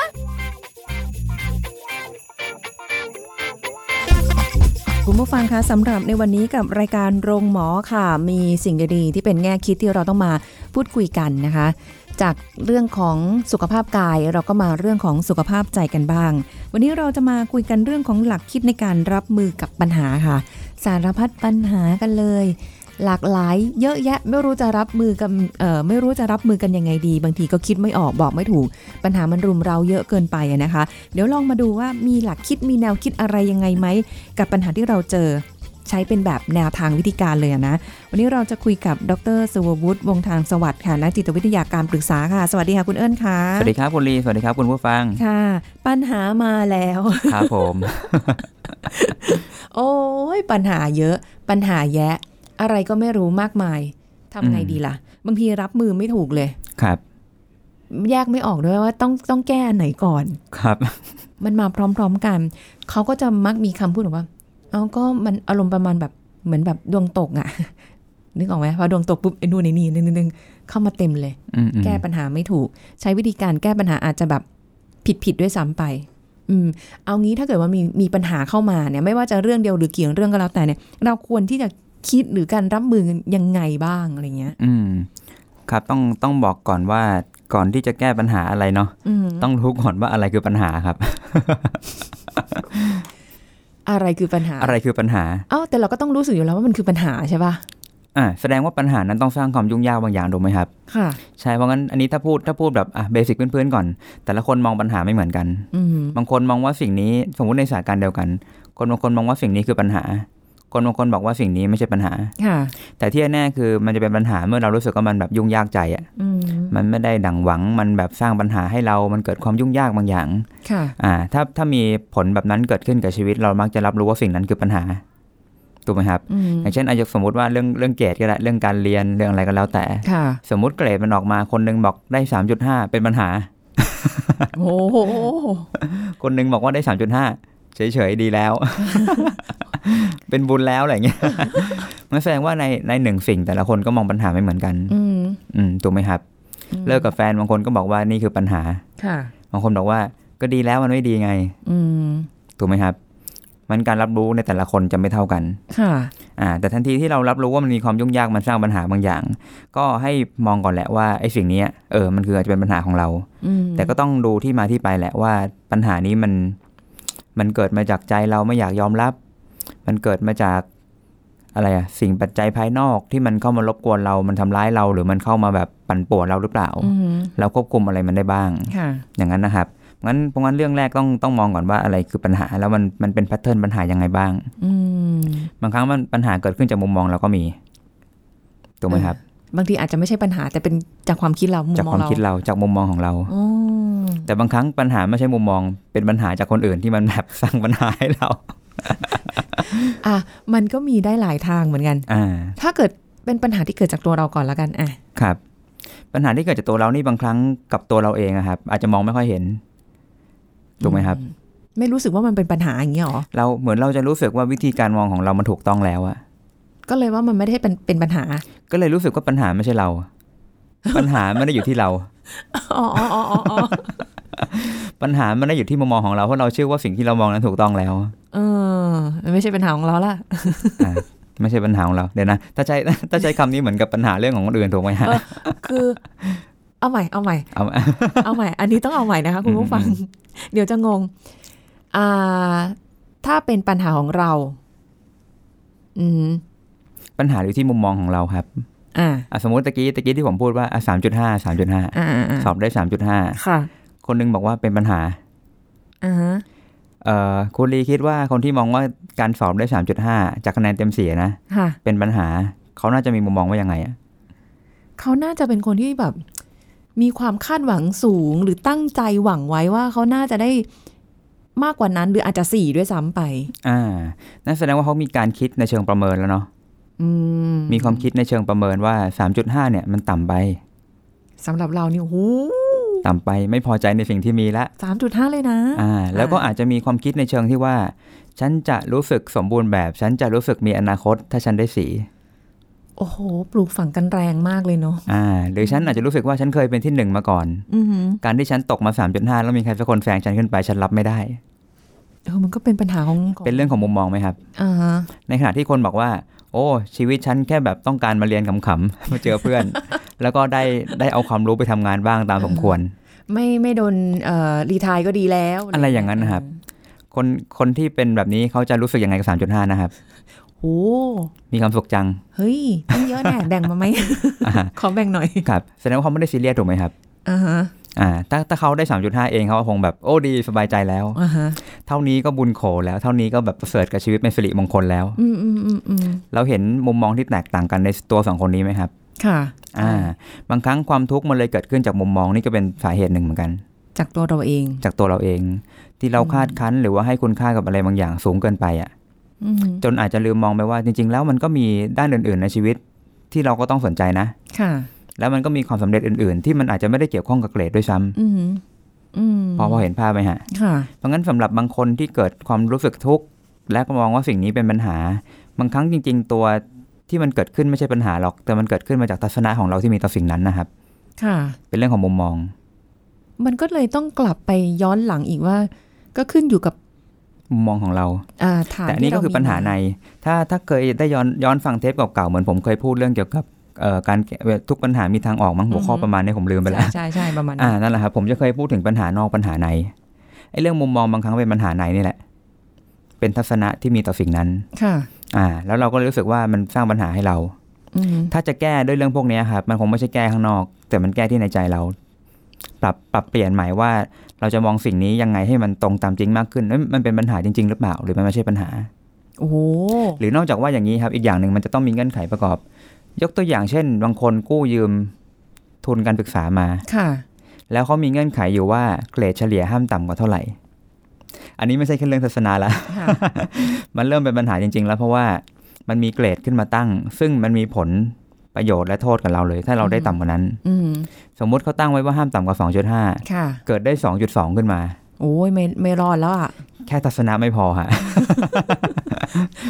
ล คุณผู้ฟังคะสำหรับในวันนี้กับรายการโรงหมอค่ะ มีสิ่งดีๆที่เป็นแง่คิดที่เราต้องมาพูดคุยกันนะคะ จากเรื่องของสุขภาพกายเราก็มาเรื่องของสุขภาพใจกันบ้าง วันนี้เราจะมาคุยกันเรื่องของหลักคิดในการรับมือกับปัญหาค่ะ สารพัดปัญหากันเลย หลากหลายเยอะแยะไม่รู้จะรับมือกันเอ่อไม่รู้จะรับมือกันยังไงดี บางทีก็คิดไม่ออกบอกไม่ถูก ปัญหามันรุมเราเยอะเกินไปอะนะคะ เดี๋ยวลองมาดูว่ามีหลักคิดมีแนวคิดอะไรยังไงไหม กับปัญหาที่เราเจอใช้เป็นแบบแนวทางวิธีการเลยอะนะ วันนี้เราจะคุยกับดรสววุฒิวงศ์ทางสวัสดิ์ค่ะนักจิตวิทยาการปรึกษาค่ะ สวัสดีค่ะคุณเอิญค่ะ สวัสดีครับคุณลี สวัสดีครับคุณผู้ ฟัง ค่ะ ปัญหามาแล้ว ครับผม โอ้ยปัญหาเยอะ ปัญหาแยะ อะไรก็ไม่รู้มากมายทำไง อืม ดีล่ะ บางทีรับมือไม่ถูกเลย ครับ แยกไม่ออกด้วยว่าต้องต้องแก้อันไหนก่อน ครับ มันมาพร้อม ๆกัน เขาก็จะมักมีคำพูดแบบว่า เอาก็มันอารมณ์ประมาณแบบเหมือนแบบดวงตกอะ นึกออกไหมพอดวงตกปุ๊บไอ้นู่นไอ้นี่นึงนึงเข้ามาเต็มเลย อืมอืม แก้ปัญหาไม่ถูก ใช้วิธีการแก้ปัญหาอาจจะแบบผิดผิดๆด้วยซ้ำไป อืม เอางี้ถ้าเกิดว่ามีมีปัญหาเข้ามาเนี่ยไม่ว่าจะเรื่องเดียวหรือเกี่ยวเรื่องก็แล้วแต่เนี่ย เราควรที่จะคิดหรือการรับมือยังไงบ้างอะไรเงี้ย อืมครับต้องต้องบอกก่อนว่าก่อนที่จะแก้ปัญหาอะไรเนาะ อืม ต้องรู้ก่อนว่าอะไรคือปัญหาครับ อะไรคือปัญหา อะไรคือปัญหา เอ้าแต่เราก็ต้องรู้สึกอยู่แล้วว่ามันคือปัญหาใช่ป่ะ อ่าแสดงว่าปัญหานั้นต้องสร้างความยุ่งยากบางอย่างถูกไหมครับ ค่ะ ใช่เพราะงั้นอันนี้ถ้าพูดถ้าพูดแบบอ่ะเบสิกพื้นๆก่อน แต่ละคนมองปัญหาไม่เหมือนกัน อืม บางคนมองว่าสิ่งนี้สมมติในสถานการณ์เดียวกัน คนบางคนมองว่าสิ่งนี้คือปัญหา คนบางคนบอกว่าสิ่งนี้ไม่ใช่ปัญหา ค่ะ แต่ที่แน่ๆคือมันจะเป็นปัญหาเมื่อเรารู้สึกว่ามันแบบยุ่งยากใจอะ อืม มันไม่ได้ดังหวัง มันแบบสร้างปัญหาให้เรา มันเกิดความยุ่งยากบางอย่าง ค่ะ อ่า ถ้าถ้ามีผลแบบนั้นเกิดขึ้นกับชีวิต เรามักจะรับรู้ว่าสิ่งนั้นคือปัญหา ถูกไหมครับ อืม อย่างเช่นอาจจะสมมติว่าเรื่องเรื่องเกรดก็ได้ เรื่องการเรียน เรื่องอะไรก็แล้วแต่ ค่ะ สมมติเกรดมันออกมา คนหนึงบอกได้ 3.5 เป็นปัญหา โอ้โห คนหนึงบอกว่าได้ 3.5 เฉยๆ ดีแล้ว เป็นบุญแล้วอะไรอย่างเงี้ย มันแสดงว่าในในหนึ่งสิ่งแต่ละคนก็มองปัญหาไม่เหมือนกัน อืม อืม ถูกไหมครับ เลิกกับแฟนบางคนก็บอกว่านี่คือปัญหา ค่ะ บางคนบอกว่าก็ดีแล้วมันไม่ดีไง อืม ถูกไหมครับ มันการรับรู้ในแต่ละคนจะไม่เท่ากัน ค่ะ อ่าแต่ทันทีที่เรารับรู้ว่ามันมีความยุ่งยากมันสร้างปัญหาบางอย่าง ก็ให้มองก่อนแหละว่าไอ้สิ่งเนี้ยเออมันคืออาจจะเป็นปัญหาของเรา อืม แต่ก็ต้องดูที่มาที่ไปแหละว่าปัญหานี้มันมันเกิดมาจากใจเราไม่อยากยอมรับ มันเกิดมาจากอะไรอะสิ่งปัจจัยภายนอกที่มันเข้ามารบกวนเรา มันทำร้ายเรา หรือมันเข้ามาแบบปั่นป่วนเราหรือเปล่า อืม เราควบคุมอะไรมันได้บ้าง ค่ะ อย่างนั้นนะครับ งั้นเพราะงั้นเรื่องแรกต้องต้องมองก่อนว่าอะไรคือปัญหา แล้วมันมันเป็นแพทเทิร์นปัญหายังไงบ้าง อืม บางครั้งมันปัญหาเกิดขึ้นจากมุมมองเราก็มี ถูกไหมครับ บางทีอาจจะไม่ใช่ปัญหาแต่เป็นจากความคิดเรามุม จาก ม ค อง วาม เรา คิดเรา จากมุมมองของเรา อ๋อ แต่บางครั้งปัญหาไม่ใช่มุมมอง เป็นปัญหาจากคนอื่นที่มันแบบ สร้างปัญหาให้เรา อ่ะ มันก็มีได้หลายทางเหมือนกัน อ่า ถ้าเกิดเป็นปัญหาที่เกิดจากตัวเราก่อนแล้วกัน อ่ะ ครับ ปัญหาที่เกิดจากตัวเรานี่บางครั้งกับตัวเราเองอะครับ อาจจะมองไม่ค่อยเห็น ถูกไหมครับ ไม่รู้สึกว่ามันเป็นปัญหาอย่างเงี้ยหรอ เราเหมือนเราจะรู้สึกว่าวิธีการมองของเรามันถูกต้องแล้วอะ ก็เลยว่ามันไม่ได้เป็นเป็นปัญหา ก็เลยรู้สึกว่าปัญหาไม่ใช่เรา ปัญหาไม่ได้อยู่ที่เรา อ๋ออ๋ออ๋ออ๋อ ปัญหามันได้อยู่ที่มุมมองของเราเพราะเราเชื่อว่าสิ่งที่เรามองนั้นถูกต้องแล้ว เออมันไม่ใช่ปัญหาของเราละ อ่ะไม่ใช่ปัญหาของเราเดี๋ยวนะถ้าใช้ ถ้าใช้คำนี้เหมือนกับปัญหาเรื่องของคนอื่นถูกไหมฮะ เออ คือ เอาใหม่ เอาใหม่ เอา เอาใหม่ อันนี้ต้องเอาใหม่นะคะคุณผู้ฟัง อืม เดี๋ยวจะงง อ่า ถ้าเป็นปัญหาของเรา อืม ปัญหาอยู่ที่มุมมองของเราครับ อ่า อ่ะสมมติตะกี้ตะกี้ที่ผมพูดว่าสามจุดห้าสามจุดห้า อ่าอ่า สอบได้สามจุดห้า ค่ะ คนหนึงบอกว่าเป็นปัญหา อ่าฮะ เอ่อคุณลีคิดว่าคนที่มองว่าการสอบได้สามจุดห้าจากคะแนนเต็มสี่นะ ค่ะ เป็นปัญหาเขาน่าจะมีมุมมองว่ายังไงอ่ะ เขาน่าจะเป็นคนที่แบบ มีความคาดหวังสูงหรือตั้งใจหวังไว้ว่าเขาน่าจะได้ มากกว่านั้นหรืออาจจะสี่ด้วยซ้ำไป อ่านั่นแสดงว่าเขามีการคิดในเชิงประเมินแล้วเนาะ อืม มีความคิดในเชิงประเมินว่า 3.5 เนี่ยมันต่ำไป สำหรับเรานี่โอ้โห ต่ำไปไม่พอใจในสิ่งที่มีละ สามจุดห้าเลยนะ อ่าแล้วก็อาจจะมีความคิดในเชิงที่ว่า ฉันจะรู้สึกสมบูรณ์แบบ ฉันจะรู้สึกมีอนาคต ถ้าฉันได้สี โอ้โห ปลูกฝังกันแรงมากเลยเนาะ อ่าหรือฉันอาจจะรู้สึกว่าฉันเคยเป็นที่หนึ่งมาก่อน อือหือ การที่ฉันตกมา 3.5 แล้วมีใครสักคนแซงฉันขึ้นไปฉันรับไม่ได้ เออมันก็เป็นปัญหาของข เป็นเรื่องของมุมมองไหมครับ อ่าฮะ ในขณะที่คนบอกว่า โอ้ ชีวิตฉันแค่แบบต้องการมาเรียนขำๆ มาเจอเพื่อน แล้วก็ได้ได้เอาความรู้ไปทำงานบ้างตามสมควร ไม่ไม่โดนเอ่อรีไทายก็ดีแล้ว อะไรอย่างนั้นนะครับ คนคนที่เป็นแบบนี้เขาจะรู้สึกยังไงกับ 3.5 นะครับ โอ้ มีความสุขจัง เฮ้ยต้องเยอะแน่ แบ่งมาไหม อ่า ขอแบ่งหน่อย ครับแสดงว่าเขาไม่ได้ซีเรียสถูกไหมครับ อ่าฮะ อ่าถ้าถ้าเขาได้ 3.5 เองเขาก็คงแบบโอ้ดีสบายใจแล้ว อ่าฮะ เท่านี้ก็บุญโขแล้ว เท่านี้ก็แบบประเสริฐกับชีวิตเป็นสิริมงคลแล้ว อืมอืมอืมอืม เราเห็นมุมมองที่แตกต่างกันในตัวสองคนนี้ไหมครับ ค่ะ อ่าบางครั้งความทุกข์มันเลยเกิดขึ้นจากมุมมองนี่ก็เป็นสาเหตุหนึ่งเหมือนกัน จากตัวเราเอง จากตัวเราเอง ที่เราคาดคั้นหรือว่าให้คุณค่ากับอะไรบางอย่างสูงเกินไปอ่ะ อือหือ จนอาจจะลืมมองไปว่าจริง ๆ แล้วมันก็มีด้านอื่น ๆ ในชีวิต ที่เราก็ต้องสนใจนะ ค่ะ แล้วมันก็มีความสำเร็จอื่น ๆ ที่มันอาจจะไม่ได้เกี่ยวข้องกับเกรดด้วยซ้ำ อือหืออืม พอพอเห็นภาพไหมฮะ ค่ะ เพราะงั้นสำหรับบางคนที่เกิดความรู้สึกทุกข์และก็มองว่าสิ่งนี้เป็นปัญหา บางครั้งจริง ๆ ตัวที่มันเกิดขึ้นไม่ใช่ปัญหาหรอก แต่มันเกิดขึ้นมาจากทัศนะของเราที่มีต่อสิ่งนั้นนะครับ ค่ะ เป็นเรื่องของมุมมอง มันก็เลยต้องกลับไปย้อนหลังอีกว่า ก็ขึ้นอยู่กับ มุมมองของเรา อ่าฐาน แต่อันนี้ ที่ ก็ เร คือปัญหา มีม ใน ถ้าถ้าเคยได้ย้อนย้อนฟังเทปเก่าๆ เหมือนผมเคยพูดเรื่องเกี่ยวกับเอ่อการแก้ทุกปัญหามีทางออกมั้งหัวข้อ อือฮึ ประมาณนี้ผมลืมไปแล้ว ใช่ใช่ใช่ประมาณ อ่า นั้น นั่นแหละครับผมจะเคยพูดถึงปัญหานอกปัญหาในไอ้เรื่องมุมมองบางครั้งเป็นปัญหาในนี่แหละ เป็นทัศนะที่มีต่อสิ่งนั้น ค่ะ อ่า แล้วเราก็เลยรู้สึกว่ามันสร้างปัญหาให้เรา อืม ถ้าจะแก้ด้วยเรื่องพวกนี้ครับมันคงไม่ใช่แก้ข้างนอก แต่มันแก้ที่ในใจเรา ปรับปรับเปลี่ยนใหมายว่า เราจะมองสิ่งนี้ยังไงให้มันตรงตามจริงมากขึ้นเอ้ยมันเป็นปัญหาจริง ๆ หรือเปล่า หรือมันไม่ใช่ปัญหา โอ้โห หรือนอกจากว่าอย่างนี้ครับอีกอย่างหนึ่งมันจะต้องมีเงื่อนไขประกอบ ยกตัวอย่างเช่น บางคนกู้ยืมทุนการศึกษามา ค่ะ แล้วเขามีเงื่อนไขอยู่ว่าเกรดเฉลี่ยห้ามต่ำกว่าเท่าไหร่ อันนี้ไม่ใช่แค่เรื่องศาสนาละ ค่ะ มันเริ่มเป็นปัญหาจริง ๆ แล้วเพราะว่ามันมีเกรดขึ้นมาตั้ง ซึ่งมันมีผลประโยชน์และโทษกับเราเลย ถ้าเราได้ต่ำกว่านั้น อืม สมมุติเขาตั้งไว้ว่าห้ามต่ำกว่า ค่ะ 2.5 เกิดได้ 2.2 ขึ้นมา โอ้ยไม่ไม่รอดแล้วอ่ะ แค่ทัศนะไม่พอฮะ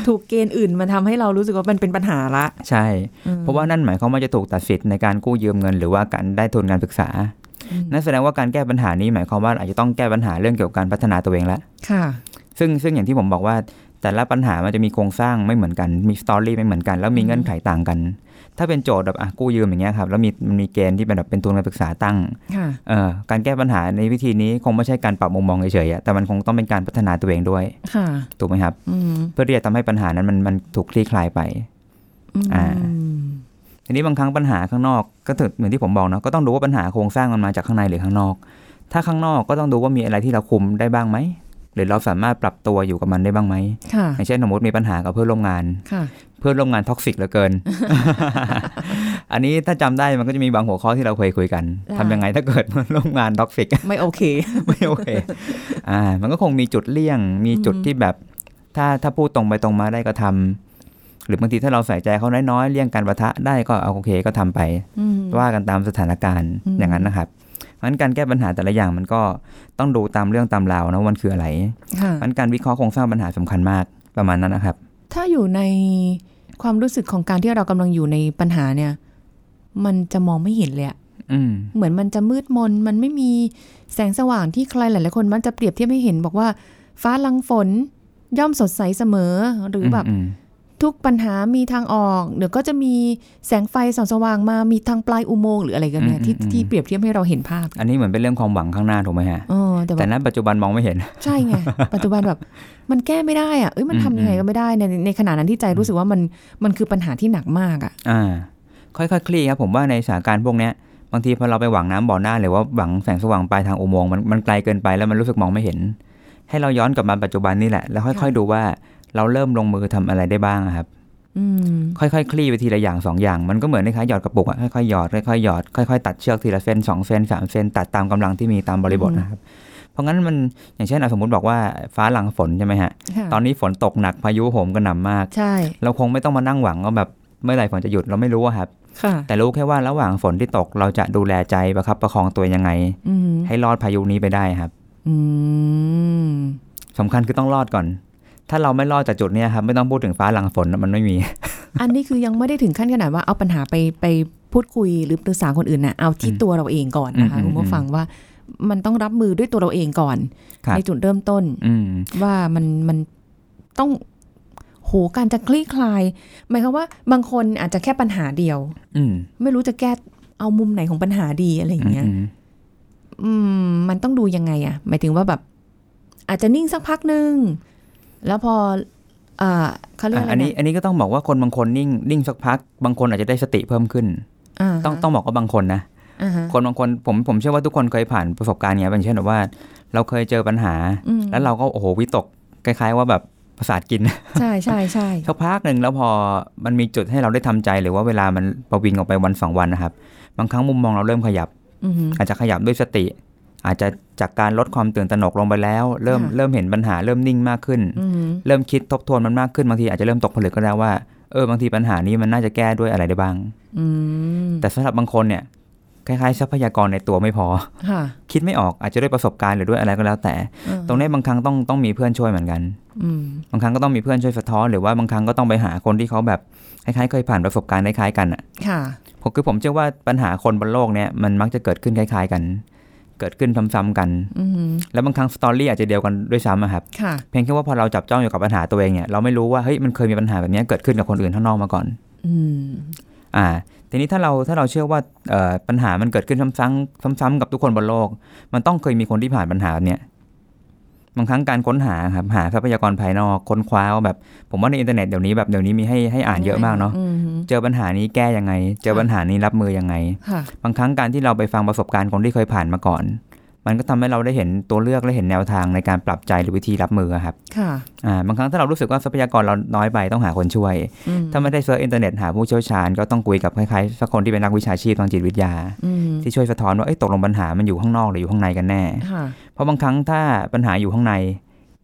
ถูกเกณฑ์อื่นมันทำให้เรารู้สึกว่ามันเป็นปัญหาละ ใช่ อืม เพราะว่านั่นหมายความว่าจะถูกตัดสิทธิ์ในการกู้ยืมเงิน หรือว่าการได้ทุนการศึกษา อืม นั่นแสดงว่าการแก้ปัญหานี้หมายความว่าอาจจะต้องแก้ปัญหาเรื่องเกี่ยวกับการพัฒนาตัวเองละ ค่ะ ซึ่งซึ่งอย่างที่ผมบอกว่า แต่ละปัญหามันจะมีโครงสร้างไม่เหมือนกัน มีสตอรี่ไม่เหมือนกัน แล้วมีเงื่อนไขต่างกัน ถ้าเป็นโจทย์แบบอ่ะกู้ยืมอย่างเงี้ยครับ แล้วมีมันมีเกณฑ์ที่เป็นแบบเป็นทุนการศึกษาตั้ง ค่ะ เอ่อ การแก้ปัญหาในวิธีนี้คงไม่ใช่การปรับมุมมองเฉยๆอะแต่มันคงต้องเป็นการพัฒนาตัวเองด้วย ค่ะ ถูกไหมครับ อืม เพื่อที่จะทำให้ปัญหานั้นมันมันถูกคลี่คลายไป อืม อ่า ทีนี้บางครั้งปัญหาข้างนอกก็ถึงเหมือนที่ผมบอกเนาะก็ต้องดูว่าปัญหาโครงสร้างมันมาจากข้างในหรือข้างนอก ถ้าข้างนอกก็ต้องดูว่ามีอะไรที่เราคุมได้บ้างไหมหรือเราสามารถปรับตัวอยู่กับมันได้บ้างไหม ค่ะ อย่างเช่นสมมติมีปัญหากับเพื่อนร่วมงาน ค่ะ เพื่อนร่วมงานท็อกซิกเหลือเกิน อันนี้ถ้าจำได้มันก็จะมีบางหัวข้อที่เราเคยคุยกัน ได้ ทำยังไงถ้าเกิดเพื่อนร่วมงานท็อกซิก ไม่โอเค ไม่โอเคอ่า มันก็คงมีจุดเลี่ยง มีจุด อืม ที่แบบ ถ้าถ้าพูดตรงไปตรงมาได้ก็ทำหรือบางทีถ้าเราใส่ใจเขาน้อยๆเลี่ยงการประทะได้ก็เอาโอเคก็ทำไป อืม ว่ากันตามสถานการณ์ อืม อย่างนั้นนะครับเพราะฉะนั้นการแก้ปัญหาแต่ละอย่างมันก็ต้องดูตามเรื่องตามราวนะว่ามันคืออะไร ค่ะ เพราะฉะนั้นการวิเคราะห์โครงสร้างปัญหาสำคัญมากประมาณนั้นนะครับ ถ้าอยู่ในความรู้สึกของการที่เรากำลังอยู่ในปัญหาเนี่ย มันจะมองไม่เห็นเลยอะ อืม เหมือนมันจะมืดมน มันไม่มีแสงสว่างที่ใครหลายๆคนมักจะเปรียบเทียบให้เห็นบอกว่า ฟ้าหลังฝนย่อมสดใสเสมอ หรืออแบบ ม ทุกปัญหามีทางออก เดี๋ยวก็จะมีแสงไฟส่องสว่างมามีทางปลายอุโมงค์หรืออะไรกันเนี่ยที่ที่เปรียบเทียบให้เราเห็นภาพ อันนี้เหมือนเป็นเรื่องความหวังข้างหน้าถูกไหมฮะ เออแต่แบ แต่ บ ณปัจจุบันมองไม่เห็น ใช่ ไง ปัจจุบันแบบมันแก้ไม่ได้อะเอ้ยมันทำยังไงก็ไม่ได้ในในขณะนั้นที่ใจรู้สึกว่ามันมันคือปัญหาที่หนักมากอะ อ่า ค่อยๆคลี่ครับผมว่าในสถานการณ์พวกเนี้ยบางทีพอเราไปหวังน้ำบ่อหน้าหรือว่าหวังแสงสว่างปลายทางอุโมงค์มันมันไกลเกินไปแล้วมันรู้สึกมองไม่เห็น ให้เราย้อนกลับมาปัจจุบันนี่แหละแล้วค่อย ค่ะ ๆ ดูว่าเราเริ่มลงมือทำอะไรได้บ้างอะครับ อืม ค่อยๆ คลี่ไปทีละอย่างสองอย่าง มันก็เหมือนคล้ายๆหยอดกระปุกอะค่อยๆหยอดค่อยๆหยอดค่อยๆ ตัดเชือกทีละเส้นสองเส้นสามเส้นตัดตามกำลังที่มีตามบริบท อืม นะครับพอ ราะงั้นมันอย่างเช่นอ่ะสมมติบอกว่าฟ้าหลังฝนใช่ไหมฮะ ค่ะ ตอนนี้ฝนตกหนักพายุโหมกระหน่ำมาก ใช่ เราคงไม่ต้องมานั่งหวังว่าแบบเมื่อไหร่ฝนจะหยุดเราไม่รู้อะครับ ค่ะ แต่รู้แค่ว่าระหว่างฝนที่ตกเราจะดูแลใจประครับประคองตัวยังไง อืม ให้รอดพายุนี้ไปได้ครับ อืม สำคัญคือต้องรอดก่อน ถ้าเราไม่รอดจากจุดเนี้ยครับไม่ต้องพูดถึงฟ้าหลังฝนมันไม่มี อันนี้คือยังไม่ได้ถึงขั้นขนาดว่าเอาปัญหาไปไปพูดคุยหรือปรึกษาคนอื่นนะเอาที่ อืม ตัวเราเองก่อนนะคะ อืม คุณผู้ฟังว่ามันต้องรับมือด้วยตัวเราเองก่อน ครับ ในจุดเริ่มต้น อืม ว่ามันมันต้องโหการจะคลี่คลาย หมายความว่าบางคนอาจจะแค่ปัญหาเดียว อืม ไม่รู้จะแก้เอามุมไหนของปัญหาดีอะไรอย่างเงี้ย อืม อืม มันต้องดูยังไงอะหมายถึงว่าแบบ อาจจะนิ่งสักพักหนึ่งแล้วพอเอ่อเขาเรียก อ่ะ อะไร อันนี้อันนี้ก็ต้องบอกว่าคนบางคนนิ่งนิ่งสักพัก บางคนอาจจะได้สติเพิ่มขึ้น าฮะ ต้องต้องบอกว่าบางคนนะ อ่าฮะ คนบางคนผมผมเชื่อว่าทุกคนเคยผ่านประสบการณ์เนี้ยเป็นเช่นแบบว่า เราเคยเจอปัญหา อืม แล้วเราก็โอ้โหวิตกคล้ายๆ ว่าแบบประสาทกิน ใช่ใช่ใช่ สักพักหนึ่งแล้วพอมันมีจุดให้เราได้ทำใจหรือว่าเวลามันประวิงออกไปวันสองวันนะครับ บางครั้งมุมมองเราเริ่มขยับ อือฮึ อาจจะขยับด้วยสติ อาจจะจากการลดความตื่นตระหนกลงไปแล้ว เริ่ม ค่ะ เริ่มเห็นปัญหาเริ่มนิ่งมากขึ้น อือฮึ เริ่มคิดทบทวนมันมากขึ้นบางทีอาจจะเริ่มตกผลึกก็ได้ว่าเออบางทีปัญหานี้มันน่าจะแก้ด้วยอะไรได้บ้าง อืม แต่สำหรับบางคนเนี่ยคล้ายๆทรัพยากรในตัวไม่พอ ค่ะ คิดไม่ออกอาจจะด้วยประสบการณ์หรือด้วยอะไรก็แล้วแต่ อ่า ตรงนี้บางครั้งต้องต้องมีเพื่อนช่วยเหมือนกัน อืม บางครั้งก็ต้องมีเพื่อนช่วยสะท้อนหรือว่าบางครั้งก็ต้องไปหาคนที่เขาแบบคล้ายๆเคยผ่านประสบการณ์คล้ายๆกันอ่ะ ค่ะ ผมคือผมเชื่อว่าปัญหาคนบนโลกเนี่ยมันมักจะเกิดขึ้นคล้าย ๆกัน เกิดขึ้นซ้ำๆกัน อือฮึ แล้วบางครั้งสตอรี่อาจจะเดียวกันด้วยซ้ำอะครับ ค่ะ เพียงแค่ว่าพอเราจับจ้องอยู่กับปัญหาตัวเองเนี่ยเราไม่รู้ว่าเฮ้ยมันเคยมีปัญหาแบบเนี้ยเกิดขึ้นกับคนอื่นข้างนอกมาก่อน อืม อ่าทีนี้ถ้าเราถ้าเราเชื่อว่าเอ่อปัญหามันเกิดขึ้นซ้ำๆซ้ำๆกับทุกคนบนโลก มันต้องเคยมีคนที่ผ่านปัญหาแบบเนี้ยบางครั้งการค้นหาครับหาทรัพยากรภายนอกค้นคว้าว่าแบบ ผมว่าในอินเทอร์เน็ตเดี๋ยวนี้แบบเดี๋ยวนี้มีให้ให้อ่านเยอะมากเนาะ อือฮึ เจอปัญหานี้แก้ยังไง เจอปัญหานี้รับมือยังไง ค่ะ บางครั้งการที่เราไปฟังประสบการณ์คนที่เคยผ่านมาก่อน มันก็ทำให้เราได้เห็นตัวเลือกและเห็นแนวทางในการปรับใจหรือวิธีรับมือครับ ค่ะ อ่าบางครั้งถ้าเรารู้สึกว่าทรัพยากรเราน้อยไปต้องหาคนช่วย อืม ถ้าไม่ได้เซิร์ชอินเทอร์เน็ตหาผู้เชี่ยวชาญก็ต้องคุยกับคล้ายๆสักคนที่เป็นนักวิชาชีพทางจิตวิทยา อืม ที่ช่วยสะท้อนว่าเอ้ยตกลงปัญหามันอยู่ข้างนอกหรืออยู่ข้างในกันแน่ ค่ะ เพราะบางครั้งถ้าปัญหาอยู่ข้างใน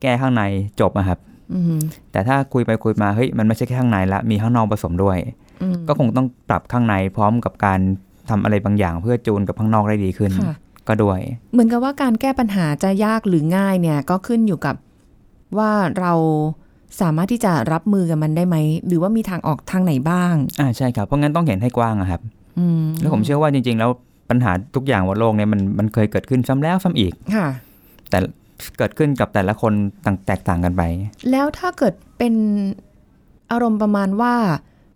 แก้ข้างในจบอะครับ อืม แต่ถ้าคุยไปคุยมาเฮ้ยมันไม่ใช่แค่ข้างในละมีข้างนอกผสมด้วย อืม ก็คงต้องปรับข้างในพร้อมกับการทำอะไรบางอย่าง เพื่อจูนกับข้างนอกได้ดีขึ้น ค่ะ ก็ด้วย เหมือนกับว่าการแก้ปัญหาจะยากหรือง่ายเนี่ยก็ขึ้นอยู่กับว่าเราสามารถที่จะรับมือกับมันได้ไหม หรือว่ามีทางออกทางไหนบ้าง อ่าใช่ครับเพราะงั้นต้องเห็นให้กว้างอะครับ อืม แล้วผมเชื่อว่าจริง ๆ แล้วปัญหาทุกอย่างบนโลกเนี่ยมันมันเคยเกิดขึ้นซ้ำแล้วซ้ำอีก ค่ะ แต่เกิดขึ้นกับแต่ละคนต่างแตกต่างกันไป แล้วถ้าเกิดเป็นอารมณ์ประมาณว่า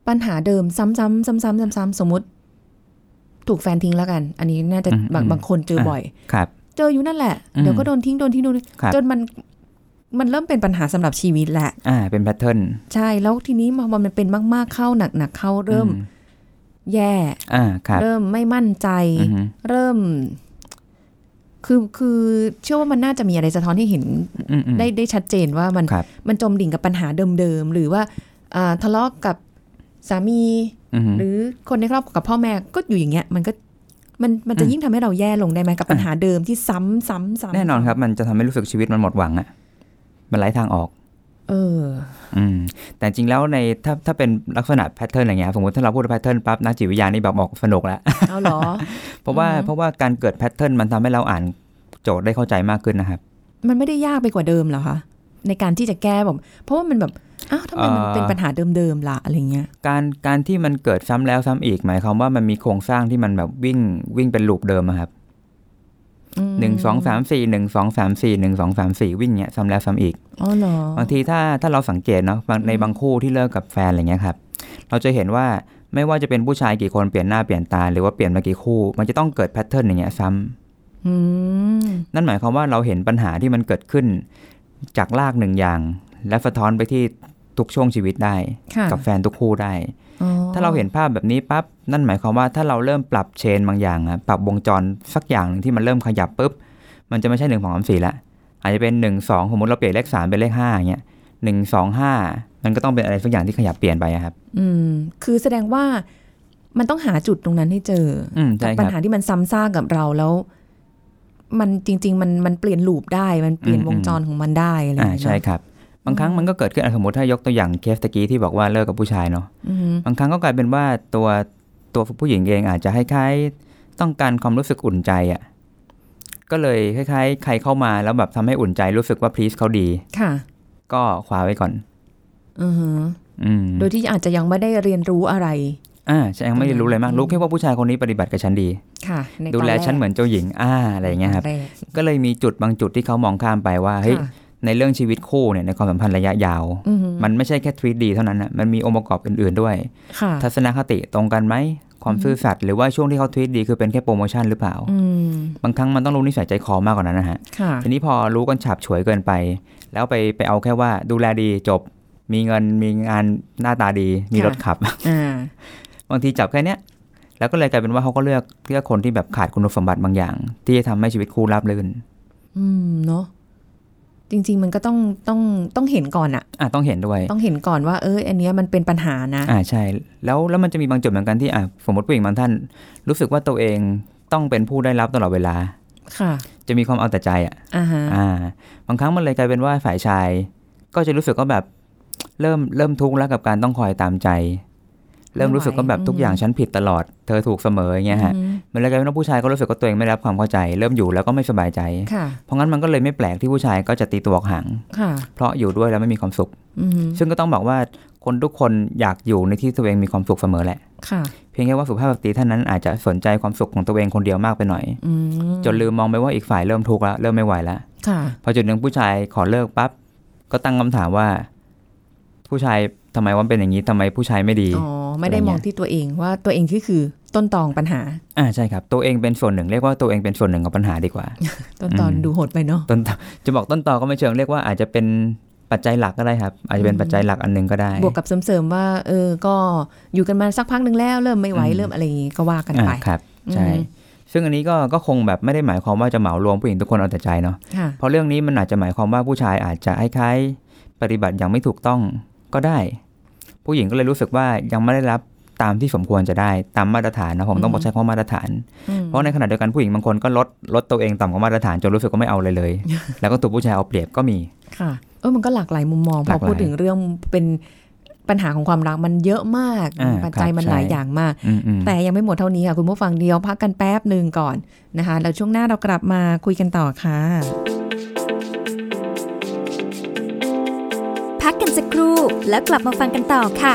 ปัญหาเดิมซ้ำๆซ้ำๆซ้ำๆสมมติ ถูกแฟนทิ้งแล้วกัน อันนี้น่าจะ อืม บาง อืม บางคนเจอบ่อย ครับ เจออยู่นั่นแหละ อืม เดี๋ยวก็โดนทิ้งโดนทิ้งโดนทิ้ง ครับ จนมันมันเริ่มเป็นปัญหาสำหรับชีวิตแหละ อ่าเป็นแพทเทิร์น ใช่แล้วทีนี้พอมันเป็นมาก ๆเข้าหนักๆเข้าเริ่ม อื แย่ อ่าครับ เริ่มไม่มั่นใจ อือฮึ เริ่ม คือคือเชื่อว่ามันน่าจะมีอะไรสะท้อนให้เห็น อืมอืม ได้ได้ชัดเจนว่ามัน ครับ มันจมดิ่งกับปัญหาเดิมๆ หรือว่าอ่าทะเลาะกับสามี อือฮึ หรือคนในครอบครัวกับพ่อแม่ก็อยู่อย่างเงี้ย มันก็มันมันจะ อืม ยิ่งทำให้เราแย่ลงได้ไหมกับปัญหาเดิมที่ซ้ำซ้ำซ้ำ แน่นอนครับ มันจะทำให้รู้สึกชีวิตมันหมดหวังอะมันไร้ทางออก เออ อืมแต่จริงแล้วในถ้าถ้าเป็นลักษณะแพทเทิร์นอะไรเงี้ยสมมติถ้าเราพูดแพทเทิร์นปั๊บนักจิตวิทยานี่แบบบอกสนุกแล้ว เอาเหรอ เพราะว่า อือฮึ เพราะว่าการเกิดแพทเทิร์นมันทำให้เราอ่านโจทย์ได้เข้าใจมากขึ้นนะครับ มันไม่ได้ยากไปกว่าเดิมเหรอคะในการที่จะแก้แบบเพราะว่ามันแบบอ้าวทำไมมัน เอ่อ เป็นปัญหาเดิมๆล่ะอะไรเงี้ย การการที่มันเกิดซ้ำแล้วซ้ำอีก หมายความว่ามันมีโครงสร้างที่มันแบบวิ่งวิ่งเป็นลูปเดิมอะครับ อืม หนึ่งสองสามสี่หนึ่งสองสามสี่หนึ่งสองสามสี่วิ่งเนี้ยซ้ำแล้วซ้ำอีก อ๋อเหรอ บางทีถ้าถ้าเราสังเกตเนาะบางในบางคู่ที่เลิกกับแฟนอะไรเงี้ยครับ เราจะเห็นว่าไม่ว่าจะเป็นผู้ชายกี่คนเปลี่ยนหน้าเปลี่ยนตาหรือว่าเปลี่ยนมากี่คู่ มันจะต้องเกิดแพทเทิร์นอย่างเงี้ยซ้ำ อืม นั่นหมายความว่าเราเห็นปัญหาที่มันเกิดขึ้น จากรากหนึ่งอย่าง และสะท้อนไปที่ทุกช่วงชีวิตได้ ค่ะ กับแฟนทุกคู่ได้ อ๋อ ถ้าเราเห็นภาพแบบนี้ปั๊บนั่นหมายความว่าถ้าเราเริ่มปรับเชนบางอย่างอะปรับวงจรสักอย่างหนึ่งที่มันเริ่มขยับปุ๊บมันจะไม่ใช่หนึ่งสองสามสี่ละอาจจะเป็นหนึ่งสองสมมติเราเปลี่ยนเลขสามเป็นเลขห้าอย่างเงี้ยหนึ่งสองห้ามันก็ต้องเป็นอะไรสักอย่างที่ขยับเปลี่ยนไปอะครับ อืม คือแสดงว่ามันต้องหาจุดตรงนั้นให้เจอ อืม กั ใช่ค ปัญ รับ หาที่มันซ้ำซากกับเราแล้ว มันจริง ๆ มันมันเปลี่ยนลูปได้มันเปลี่ยน อืม วงจรของมันได้อะไรอย่า อ่าง เงี้ย ใช่ครับ บางครั้งมันก็เกิดขึ้นอ่ะสมมติถ้ายกตัวอย่างเคสตะกี้ที่บอกว่าเลิกกับผู้ชายเนาะ อืม บางครั้งก็กลายเป็นว่าตัวตัวผู้หญิงเองอาจจะคล้ายๆต้องการความรู้สึกอุ่นใจอะ่ะก็เลยคล้ายๆ ใครเข้ามาแล้วแบบทำให้อุ่นใจรู้สึกว่าพลีสเขาดี ค่ะ ก็คว้าไว้ก่อน อือฮึ อืม โดยที่อาจจะยังไม่ได้เรียนรู้อะไร อ่าฉันยังไม่ได้รู้อะไรมากรู้แค่ว่าผู้ชายคนนี้ปฏิบัติกับฉันดี ค่ะในตอ ดูแลฉันเหมือนเจ้าหญิงอ่าอะไรอย่างเงี้ยครับ แก ก็เลยมีจุดบางจุดที่เขามองข้ามไปว่าเฮ้ย ค่ะ ในเรื่องชีวิตคู่เนี่ยในความสัมพันธ์ระยะยาว อือฮึ มันไม่ใช่แค่ 3D เท่านั้นนะมันมีองค์ประกอบอื่นๆด้วย ค่ะ ทัศนคติตรงกันไหมความซื่อสัตย์หรือว่าช่วงที่เขาทวีตดีคือเป็นแค่โปรโมชั่นหรือเปล่า อืม บางครั้งมันต้องรู้นิสัยใจคอมากกว่านั้นนะฮะ ค่ะ ทีนี้พอรู้กันฉาบฉวยเกินไป แล้วไปไปเอาแค่ว่าดูแลดีจบ มีเงินมีงานหน้าตาดี มีรถขับ อ่า บางทีจับแค่เนี้ยแล้วก็เลยกลายเป็นว่าเขาก็เลือกเลือกคนที่แบบขาดคุณสมบัติบางอย่าง ที่จะทำให้ชีวิตคู่ราบรื่น อืมเนาะจริง ๆ มันก็ต้องต้องต้องเห็นก่อนอะ อ่ะต้องเห็นด้วย ต้องเห็นก่อนว่าเอออันเนี้ยมันเป็นปัญหานะ อ่าใช่ แล้วแล้วมันจะมีบางจุดเหมือนกันที่อ่ะสมมติผู้หญิงบางท่าน รู้สึกว่าตัวเองต้องเป็นผู้ได้รับตลอดเวลา ค่ะ จะมีความเอาแต่ใจอ่ะ อ่าฮะ อ่าบางครั้งมันเลยกลายเป็นว่าฝ่ายชาย ก็จะรู้สึกว่าแบบเริ่มเริ่มทุกข์แล้วกับการต้องคอยตามใจ เริ่มรู้สึกว่าแบบทุกอย่างฉันผิดตลอด เธอถูกเสมออย่างเงี้ยฮะ อือฮึ มันเลยกลายเป็นว่าผู้ชายก็รู้สึกว่าตัวเองไม่ได้รับความเข้าใจ เริ่มอยู่แล้วก็ไม่สบายใจ ค่ะ เพราะงั้นมันก็เลยไม่แปลกที่ผู้ชายก็จะตีตัวออกห่าง ค่ะ เพราะอยู่ด้วยแล้วไม่มีความสุข อือฮึ ซึ่งก็ต้องบอกว่าคนทุกคนอยากอยู่ในที่ตัวเองมีความสุขเสมอแหละ ค่ะ เพียงแค่ว่าสุภาพสตรีท่านนั้นอาจจะสนใจความสุขของตัวเองคนเดียวมากไปหน่อย อืม จนลืมมองไปว่าอีกฝ่ายเริ่มทุกข์แล้วเริ่มไม่ไหวแล้ว ค่ะ พอจุดหนึ่งผู้ชายขอเลิกปั๊บก็ตั้งคำถามว่า ผู้ชายทำไมว่าเป็นอย่างนี้ทำไมผู้ชายไม่ดี อ๋อ ไม่ได้ อะไรเงี้ย มองที่ตัวเองว่าตัวเองที่คือต้นตอของปัญหา อ่าใช่ครับ ตัวเองเป็นส่วนหนึ่งเรียกว่าตัวเองเป็นส่วนหนึ่งของปัญหาดีกว่า ต้นตอน อืม ดูโหดไปเนาะ ต้นตอจะบอกต้นตอก็ไม่เชิงเรียกว่าอาจจะเป็นปัจจัยหลักก็ได้ครับ อาจจะเป็น อืม ปัจจัยหลักอันหนึ่งก็ได้ บวกกับเสริมๆว่า เออ ก็อยู่กันมาสักพักหนึ่งแล้ว เริ่มไม่ไหว อืม เริ่มอะไรอย่างงี้ก็ว่ากันไป อ่าครับ ใช่ ซึ่งอันนี้ก็ก็คงแบบไม่ได้หมายความว่าจะเหมารวมผู้หญิงทุกคนเอาแต่ใจเนาะ ค่ะ เพราะเรื่องนี้มันอาจจะหมายความว่าผู้ชายอาจจะคล้ายๆปฏิบัติอย่างไม่ถูกต้องก็ได้ ผู้หญิงก็เลยรู้สึกว่ายังไม่ได้รับตามที่สมควรจะได้ตามมาตรฐานนะผมต้องบอกใช้คำว่ามาตรฐาน อืม เพราะในขณะเดียวกันผู้หญิงบางคนก็ลดลดตัวเองต่ำกว่ามาตรฐานจนรู้สึกว่าไม่เอาเลย เลย แล้วก็ตัวผู้ชายเอาเปรียบก็มี ค่ะเออมันก็หลากหลายมุมมองพ ห อ ลากหลาย พูดถึงเรื่องเป็นปัญหาของความรักมันเยอะมาก อ่า ปัจจัย ครับ มันหลาย ใช่ อย่างมาก อืมอืม แต่ยังไม่หมดเท่านี้ค่ะ คุณผู้ฟังเดียวพักกันแป๊บหนึ่งก่อนนะคะแล้วช่วงหน้าเรากลับมาคุยกันต่อค่ะ พักกันสักครู่แล้วกลับมาฟังกันต่อค่ะ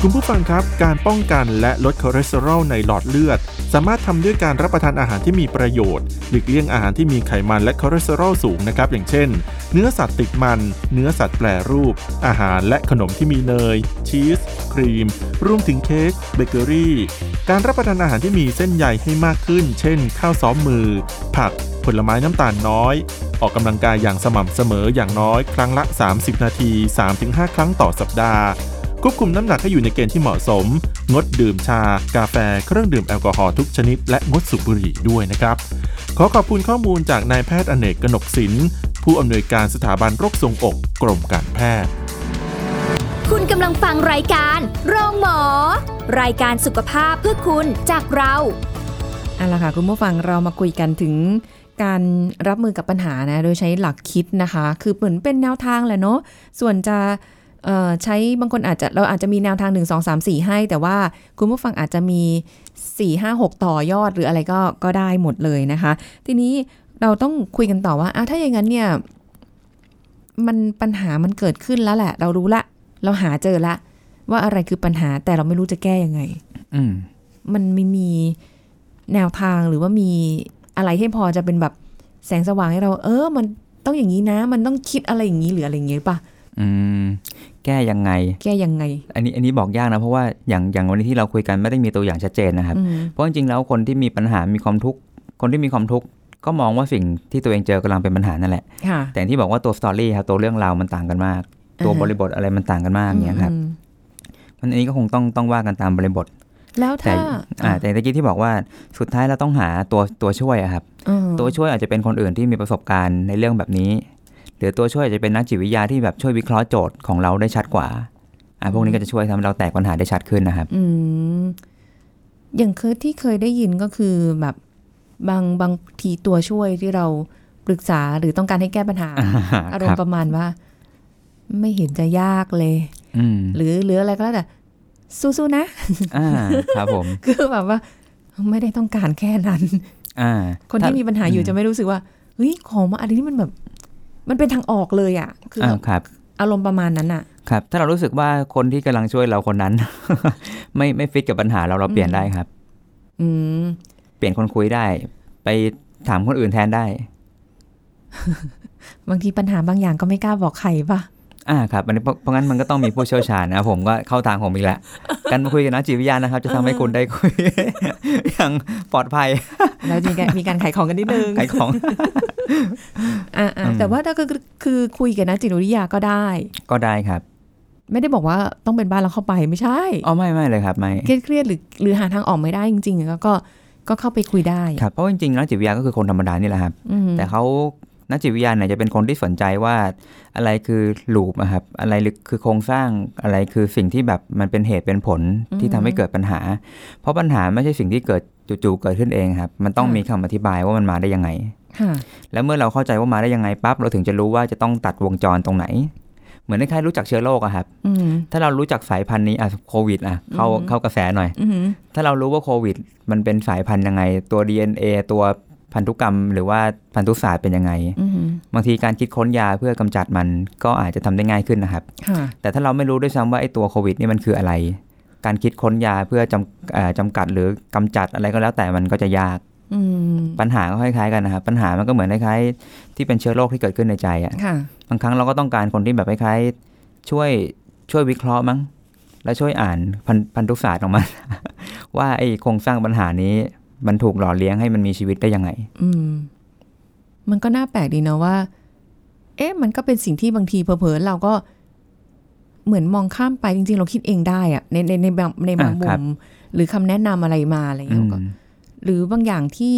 คุณผู้ฟังครับ การป้องกันและลดคอเลสเตอรอลในหลอดเลือด สามารถทำด้วยการรับประทานอาหารที่มีประโยชน์ หลีกเลี่ยงอาหารที่มีไขมันและคอเลสเตอรอลสูงนะครับ อย่างเช่น เนื้อสัตว์ติดมัน เนื้อสัตว์แปรรูป อาหารและขนมที่มีเนย ชีส ครีม รวมถึงเค้กเบเกอรี่ การรับประทานอาหารที่มีเส้นใยให้มากขึ้น เช่น ข้าวซ้อมมือ ผัก ผลไม้น้ำตาลน้อย ออกกำลังกายอย่างสม่ำเสมออย่างน้อย ครั้งละ 30 นาที 3-5 ครั้งต่อสัปดาห์ ควบคุมน้ำหนักให้อยู่ในเกณฑ์ที่เหมาะสม งดดื่มชา กาแฟ เครื่องดื่มแอลกอฮอล์ทุกชนิด และงดสูบบุหรี่ด้วยนะครับ ขอขอบคุณข้อมูลจากนายแพทย์อเนกกนกศิลป์ผู้อำนวยการสถาบันโรคทรงอก กรมการแพทย์ คุณกำลังฟังรายการโรงหมอ รายการสุขภาพเพื่อคุณจากเรา เอาละค่ะคุณผู้ฟังเรามาคุยกันถึงการรับมือกับปัญหานะ โดยใช้หลักคิดนะคะ คือเหมือนเป็นแนวทางแหละเนาะส่วนจะเอ่อใช้บางคนอาจจะเราอาจจะมีแนวทาง 1 2 3 4 ให้ แต่ว่าคุณผู้ฟังอาจจะมี 4 5 6 ต่อยอดหรืออะไรก็ก็ได้หมดเลยนะคะ ทีนี้เราต้องคุยกันต่อว่าอ่ะถ้าอย่างนั้นเนี่ยมันปัญหามันเกิดขึ้นแล้วแหละ เรารู้ละ เราหาเจอละ ว่าอะไรคือปัญหาแต่เราไม่รู้จะแก้ยังไง อืม มันไม่มีแนวทางหรือว่ามีอะไรให้พอจะเป็นแบบแสงสว่างให้เรา เออ มันต้องอย่างนี้นะ มันต้องคิดอะไรอย่างนี้หรืออะไรอย่างเงี้ยป่ะ อืมแก้ยังไง แก้ยังไง อันนี้อันนี้บอกยากนะ เพราะว่าอย่างอย่างวันนี้ที่เราคุยกันไม่ได้มีตัวอย่างชัดเจนนะครับ อืม เพราะจริงๆแล้วคนที่มีปัญหามีความทุกข์คนที่มีความทุกข์ก็มองว่าสิ่งที่ตัวเองเจอกำลังเป็นปัญหานั่นแหละ ค่ะ แต่อย่างที่บอกว่าตัวสตอรี่ครับตัวเรื่องราวมันต่างกันมาก ตัวบริบทอะไรมันต่างกันมากอย่างเงี้ยครับ อืม มันอันนี้ก็คงต้องต้องว่ากันตามบริบท แล้ว แต่ ถ้า อ่าแต่ตะกี้ที่บอกว่าสุดท้ายเราต้องหาตัวตัวช่วยอะครับ อ่า ตัวช่วยอาจจะเป็นคนอื่นที่มีประสบการณ์ในเรื่องแบบนี้ หรือตัวช่วยอาจจะเป็นนักจิตวิทยาที่แบบช่วยวิเคราะห์โจทย์ของเราได้ชัดกว่าอ่ะพวกนี้ก็จะช่วยทำให้เราแตกปัญหาได้ชัดขึ้นนะครับ อืมอย่างเคยที่เคยได้ยินก็คือแบบบางบางทีตัวช่วยที่เราปรึกษาหรือต้องการให้แก้ปัญหา อารม คบ ณ์ประมาณว่า ไม่เห็นจะยากเลย อืม หรือหรืออะไรก็แล้วแต่สู้ๆนะ อ่าครับผม คือแบบว่า ไม่ได้ต้องการแค่นั้น อ่า คนที่มีปัญหาอยู่จะไม่รู้สึกว่าเฮ้ยของมาอะไรที่มันแบบ มันเป็นทางออกเลยอ่ะ คืออ อ่าครับ อารมณ์ประมาณนั้นอ่ะ ครับ ถ้าเรารู้สึกว่าคนที่กำลังช่วยเราคน นั้น ไม่ไม่ฟิตกับปัญหาเราเราเปลี่ยนได้ครับ อืม เปลี่ยนคนคุยได้ ไปถามคนอื่นแทนได้ บางทีปัญหาบางอย่างก็ไม่กล้าบอกใครปะ อ่าครับอันนี้เพราะเพราะงั้นมันก็ต้องมีผู้เชี่ยวชาญนะครับผมก็เข้าทางผมอีกแล้วการมาคุยกันนะจิตวิทยานะครับ จะทำให้คุณได้คุย อย่างปลอด ภัย แล้วมีการมีการขายของกันนิดนึง ขายของ อ่าอ่า อืม แต่ว่าถ้าคือคือคุยกันนะจิตวิทยาก็ได้ ก็ได้ครับ ไม่ได้บอกว่าต้องเป็นบ้านเราเข้าไปไม่ใช่ อ๋อไม่ไม่เลยครับไม่ เครียดเครียดหรือหรือหาทางออกไม่ได้จริงๆก็ก็ก็เข้าไปคุยได้ ครับเพราะจริงๆนักจิตวิทยาก็คือคนธรรมดานี่แหละครับ อืม แต่เขานักจิตวิทยาเนี่ยจะเป็นคนที่สนใจว่าอะไรคือลูปนะครับ อะไรคือโครงสร้างอะไรคือสิ่งที่แบบมันเป็นเหตุเป็นผลที่ทำให้เกิดปัญหา เพราะปัญหาไม่ใช่สิ่งที่เกิดจู่ๆเกิดขึ้นเองครับ มันต้องมีคำอธิบายว่ามันมาได้ยังไง ค่ะ แล้วเมื่อเราเข้าใจว่ามาได้ยังไงปั๊บเราถึงจะรู้ว่าจะต้องตัดวงจรตรงไหน เหมือนคล้ายๆรู้จักเชื้อโรคอะครับ อืม ถ้าเรารู้จักสายพันธุ์นี้อะโควิดอะเข้า อืม เข้ากระแสหน่อย อืม ถ้าเรารู้ว่าโควิด มันเป็นสายพันธุ์ยังไง ตัว DNA ตัวพันธุกรรม หรือว่าพันธุศาสตร์เป็นยังไง อืม บางทีการคิดค้นยาเพื่อกำจัดมันก็อาจจะทำได้ง่ายขึ้นนะครับ ค่ะ แต่ถ้าเราไม่รู้ด้วยซ้ำว่าไอ้ตัวโควิดนี่มันคืออะไร การคิดค้นยาเพื่อจำเอ่อจำกัดหรือกำจัดอะไรก็แล้วแต่มันก็จะยาก อืม ปัญหาก็คล้ายๆกันนะครับ ปัญหามันก็เหมือนคล้ายๆที่เป็นเชื้อโรคที่เกิดขึ้นในใจอะ ค่ะ บางครั้งเราก็ต้องการคนที่แบบคล้ายๆช่วยช่วยวิเคราะห์มั้ง และช่วยอ่านพันพันธุ ศาสตร์ออกมา ว่าไอ้โครงสร้างปัญหานี้มันถูกหล่อเลี้ยงให้มันมีชีวิตได้ยังไง อืม มันก็น่าแปลกดีเนาะว่า เอ๊ะ มันก็เป็นสิ่งที่บางทีเผลอๆเราก็เหมือนมองข้ามไปจริงๆ เราคิดเองได้อะในในในบางในบางมุ อ่าครับ มหรือคำแนะนำอะไรมาอะไรอย่าง อื เงี้ย ม ก็หรือบางอย่างที่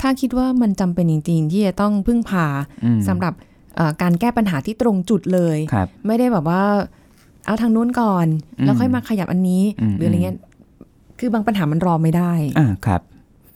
ถ้าคิดว่ามันจำเป็นจริงๆที่จะต้องพึ่งพา อืม สำหรับเอ่อการแก้ปัญหาที่ตรงจุดเลย ครับ ไม่ได้แบบว่า เอาทางนู้นก่อน อืม แล้วค่อยมาขยับอันนี้ อืม หรืออะไรเงี้ยคือบางปัญหามันรอไม่ได้ อ่าครับ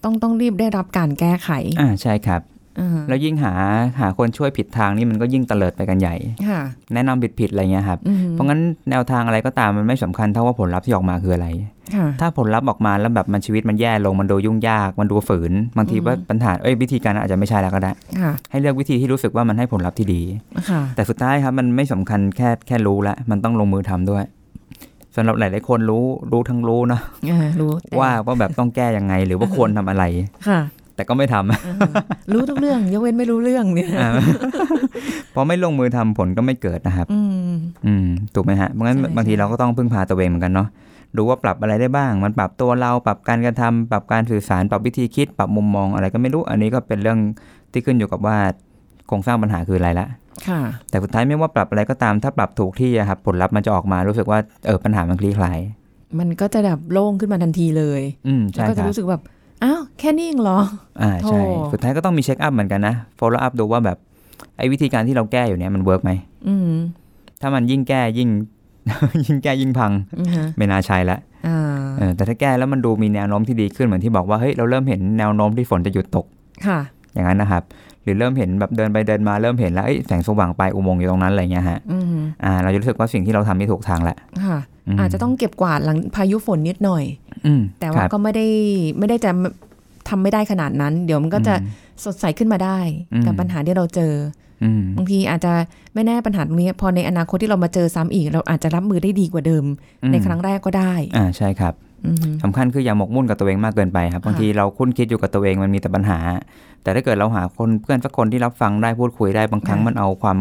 ต้องต้องรีบได้รับการแก้ไข อ่าใช่ครับ อ่า แล้วยิ่งหาหาคนช่วยผิดทางนี่มันก็ยิ่งเตลิดไปกันใหญ่ ค่ะ แนะนำผิดๆอะไรเงี้ยครับ อืม เพราะงั้นแนวทางอะไรก็ตามมันไม่สำคัญเท่าว่าผลลัพธ์ที่ออกมาคืออะไร ค่ะ ถ้าผลลัพธ์ออกมาแล้วแบบมันชีวิตมันแย่ลงมันดูยุ่งยาก มันดูฝืนบางที อืม ว่าปัญหาเอ้ยวิธีการอาจจะไม่ใช่แล้วก็ได้ ค่ะ ให้เลือกวิธีที่รู้สึกว่ามันให้ผลลัพธ์ที่ดี ค่ะ แต่สุดท้ายครับมันไม่สำคัญแค่แค่รู้ละมันต้องลงมือทำด้วยสำหรับหลายๆคนรู้รู้ทั้งรู้เนอะ อ่ารู้แต่ ว่าว่าแบบต้องแก้ยังไง หรือว่าควรทำอะไร ค่ะ แต่ก็ไม่ทำ รู้ทุกเรื่องยกเว้นไม่รู้เรื่องเนี่ย อ่า พอไม่ลงมือทำผลก็ไม่เกิดนะครับ อืม อืมถูกไหมฮะเพราะงั้น ใช่ บางที ใช่ เราก็ต้องพึ่งพาตัวเองเหมือนกันเนาะดูว่าปรับอะไรได้บ้าง มันปรับตัวเราปรับการกระทำปรับการสื่อสารปรับวิธีคิด ปรับมุมมองอะไรก็ไม่รู้ อันนี้ก็เป็นเรื่องที่ขึ้นอยู่กับว่าโครงสร้างปัญหาคืออะไรละ ค่ะ แต่สุดท้ายไม่ว่าปรับอะไรก็ตาม ถ้าปรับถูกที่อะครับผลลัพธ์มันจะออกมารู้สึกว่าเออปัญหามันคลี่คลาย มันก็จะแบบโล่งขึ้นมาทันทีเลย อืม แล้ว ใช่ ก็ ค จะ รับ รู้สึกแบบอ้าวแค่นี้เองเหรอ อ่าใช่ โอ้ สุดท้ายก็ต้องมีเช็คอัพเหมือนกันนะ follow up ดูว่าแบบไอ้วิธีการที่เราแก้อยู่เนี่ยมันเวิร์กไหม อืม ถ้ามันยิ่งแก้ยิ่ง ยิ่งแก้ยิ่งพัง อือฮะ ไม่น่าใช่ละ อ่า เออแต่ถ้าแก้แล้วมันดูมีแนวโน้มที่ดีขึ้นเหมือนที่บอกว่าเฮ้ยเราเริ่มเห็นแนวโน้มที่ฝนจะหยุดตก ค่ะ อย่างนั้นนะครับ หรือเริ่มเห็นแบบเดินไปเดินมาเริ่มเห็นแล้วเอ้ยแสงสว่างปลายอุโมงค์อยู่ตรงนั้นอะไรเงี้ยฮะ อืม อ่าเราจะรู้สึกว่าสิ่งที่เราทำนี่ถูกทางแล้ว ค่ะ อาจจะต้องเก็บกวาดหลังพายุฝนนิดหน่อย แต่ว่าก็ไม่ได้ไม่ได้จะทำไม่ได้ขนาดนั้น เดี๋ยวมันก็จะสดใสขึ้นมาได้ กับ อืม ปัญหาที่เราเจอ อืม บางทีอาจจะไม่แน่ปัญหาตรงนี้ พอในอนาคตที่เรามาเจอซ้ำอีก เราอาจจะรับมือได้ดีกว่าเดิม อืม ในครั้งแรกก็ได้ อ่าใช่ครับ อืม สำคัญคืออย่าหมกมุ่นกับตัวเองมากเกินไปครับบาง ค่ะ ทีเราคุ้นคิดอยู่กับตัวเองมันมีแต่ปัญหา แต่ถ้าเกิดเราหาคนเพื่อนสักคนที่รับฟังได้พูดคุยได้บางครั้งมันเอาความ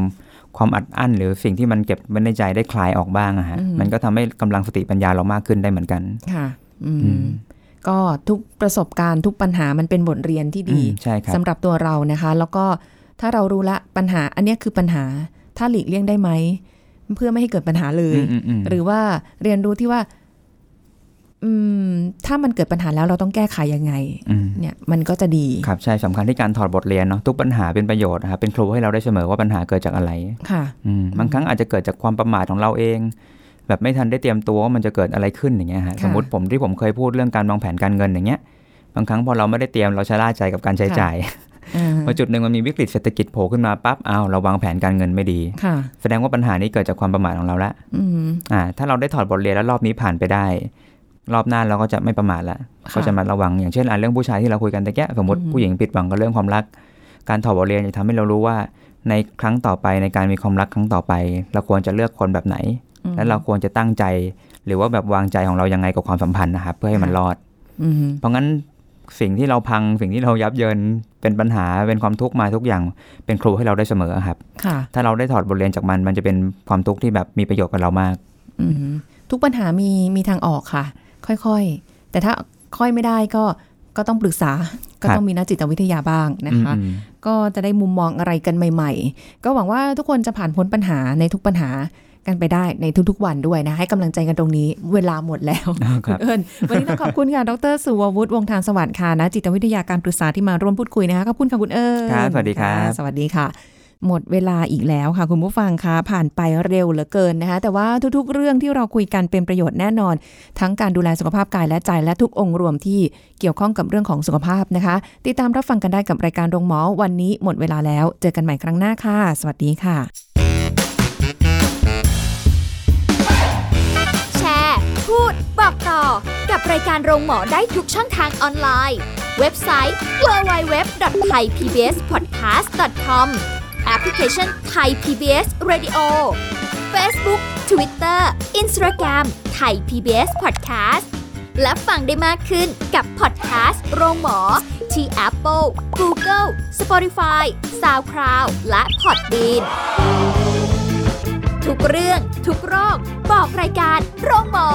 ความอัดอั้น หรือสิ่งที่มันเก็บไว้ในใจได้คลายออกบ้างอะฮะมันก็ทำให้กำลังสติปัญญาเรามากขึ้นได้เหมือนกัน ค่ะ อื อื ม ม ก็ทุกประสบการณ์ทุกปัญหามันเป็นบทเรียนที่ อื ดี มใช่ครับ สำหรับตัวเรานะคะ แล้วก็ถ้าเรารู้ละปัญหา อันเนี้ยคือปัญหา ถ้าหลีกเลี่ยงได้ไหม เพื่อไม่ให้เกิดปัญหาเลย อืมอืมอืม หรือว่าเรียนรู้ที่ว่า อืมถ้ามันเกิดปัญหาแล้วเราต้องแก้ไขยังไง อืม เนี่ยมันก็จะดี ครับใช่สำคัญที่การถอดบทเรียนเนาะทุกปัญหาเป็นประโยชน์นะครับเป็นครูให้เราได้เสมอว่าปัญหาเกิดจากอะไร ค่ะ อืมบางครั้งอาจจะเกิดจากความประมาทของเราเอง แบบไม่ทันได้เตรียมตัวว่ามันจะเกิดอะไรขึ้นอย่างเงี้ยฮะ ค่ะ สมมติผมที่ผมเคยพูดเรื่องการวางแผนการเงินอย่างเงี้ยบางครั้งพอเราไม่ได้เตรียมเราชะล่าใจกับการใช้ ค่ะ จ่าย อ่า พอจุดหนึ่งมันมีวิกฤตเศรษฐกิจโผล่ขึ้นมาปั๊บอ้าวเราวางแผนการเงินไม่ดี ค่ะ แสดงว่าปัญหานี้เกิดจากความประมาทของเราละ อืม อ่าถ้าเราได้ถอดบทเรียนแล้วรอบนี้ผ่านไปได้ รอบหน้าเราก็จะไม่ประมาทละ ค่ะ ก็จะมาระวังอย่างเช่นอ่ะเรื่องผู้ชายที่เราคุยกันตะแกะสมมติ อือหือ ผู้หญิงผิดหวังกับเรื่องความรัก การถอดบทเรียนจะทำให้เรารู้ว่า ในครั้งต่อไปในการมีความรักครั้งต่อไป เราควรจะเลือกคนแบบไหน อืม และเราควรจะตั้งใจ หรือว่าแบบวางใจของเรายังไงกับความสัมพันธ์นะครับเพื่อให้มัน ค่ะ รอด อืม เพราะงั้นสิ่งที่เราพังสิ่งที่เรายับเยินเป็นปัญหาเป็นความทุกข์มาทุกอย่างเป็นครูให้เราได้เสมอครับ ค่ะ ถ้าเราได้ถอดบทเรียนจากมันมันจะเป็นความทุกข์ที่แบบมีประโยชน์กับเรามาก อืมทุกปัญหามีมีทางออกค่ะ ค่อยๆ แต่ถ้าค่อยไม่ได้ก็ก็ต้องปรึกษา ก็ ครับ ต้องมีนักจิตวิทยาบ้างนะคะ อืม ก็จะได้มุมมองอะไรกันใหม่ ๆ ก็หวังว่าทุกคนจะผ่านพ้นปัญหาในทุกปัญหากันไปได้ในทุกๆวันด้วยนะ ให้กำลังใจกันตรงนี้ เวลาหมดแล้ว อ่าค คุ รับ ณเอิญวันนี้ต้องขอบคุณค่ะ ดรสุวัฒน์วงศ์ทางสวัสดิ์ค่ะนะจิตวิทยาการปรึกษาที่มาร่วมพูดคุยนะคะ ขอบคุณค่ะคุณเอิญ ครับสวัสดีครับ ะสวัสดีค่ะ หมดเวลาอีกแล้วค่ะ คุณผู้ฟังคะผ่านไปเร็วเหลือเกินนะคะ แต่ว่าทุกๆ เรื่องที่เราคุยกันเป็นประโยชน์แน่นอน ทั้งการดูแลสุขภาพกายและใจและทุกองค์รวมที่เกี่ยวข้องกับเรื่องของสุขภาพนะคะ ติดตามรับฟังกันได้กับรายการโรงหมอวันนี้หมดเวลาแล้ว เจอกันใหม่ครั้งหน้าค่ะ สวัสดีค่ะ แชร์ พูด บอกต่อ กับรายการโรงหมอได้ทุกช่องทางออนไลน์ เว็บไซต์ www.thaipbspodcast.com แอปพลิเคชัน Thai PBS Radio Facebook Twitter Instagram Thai PBS Podcast และฟังได้มากขึ้นกับพอดแคสต์โรงหมอ ที่ Apple, Google, Spotify, SoundCloud และ Podbean ทุกเรื่องทุกโรค บอกรายการโรงหมอ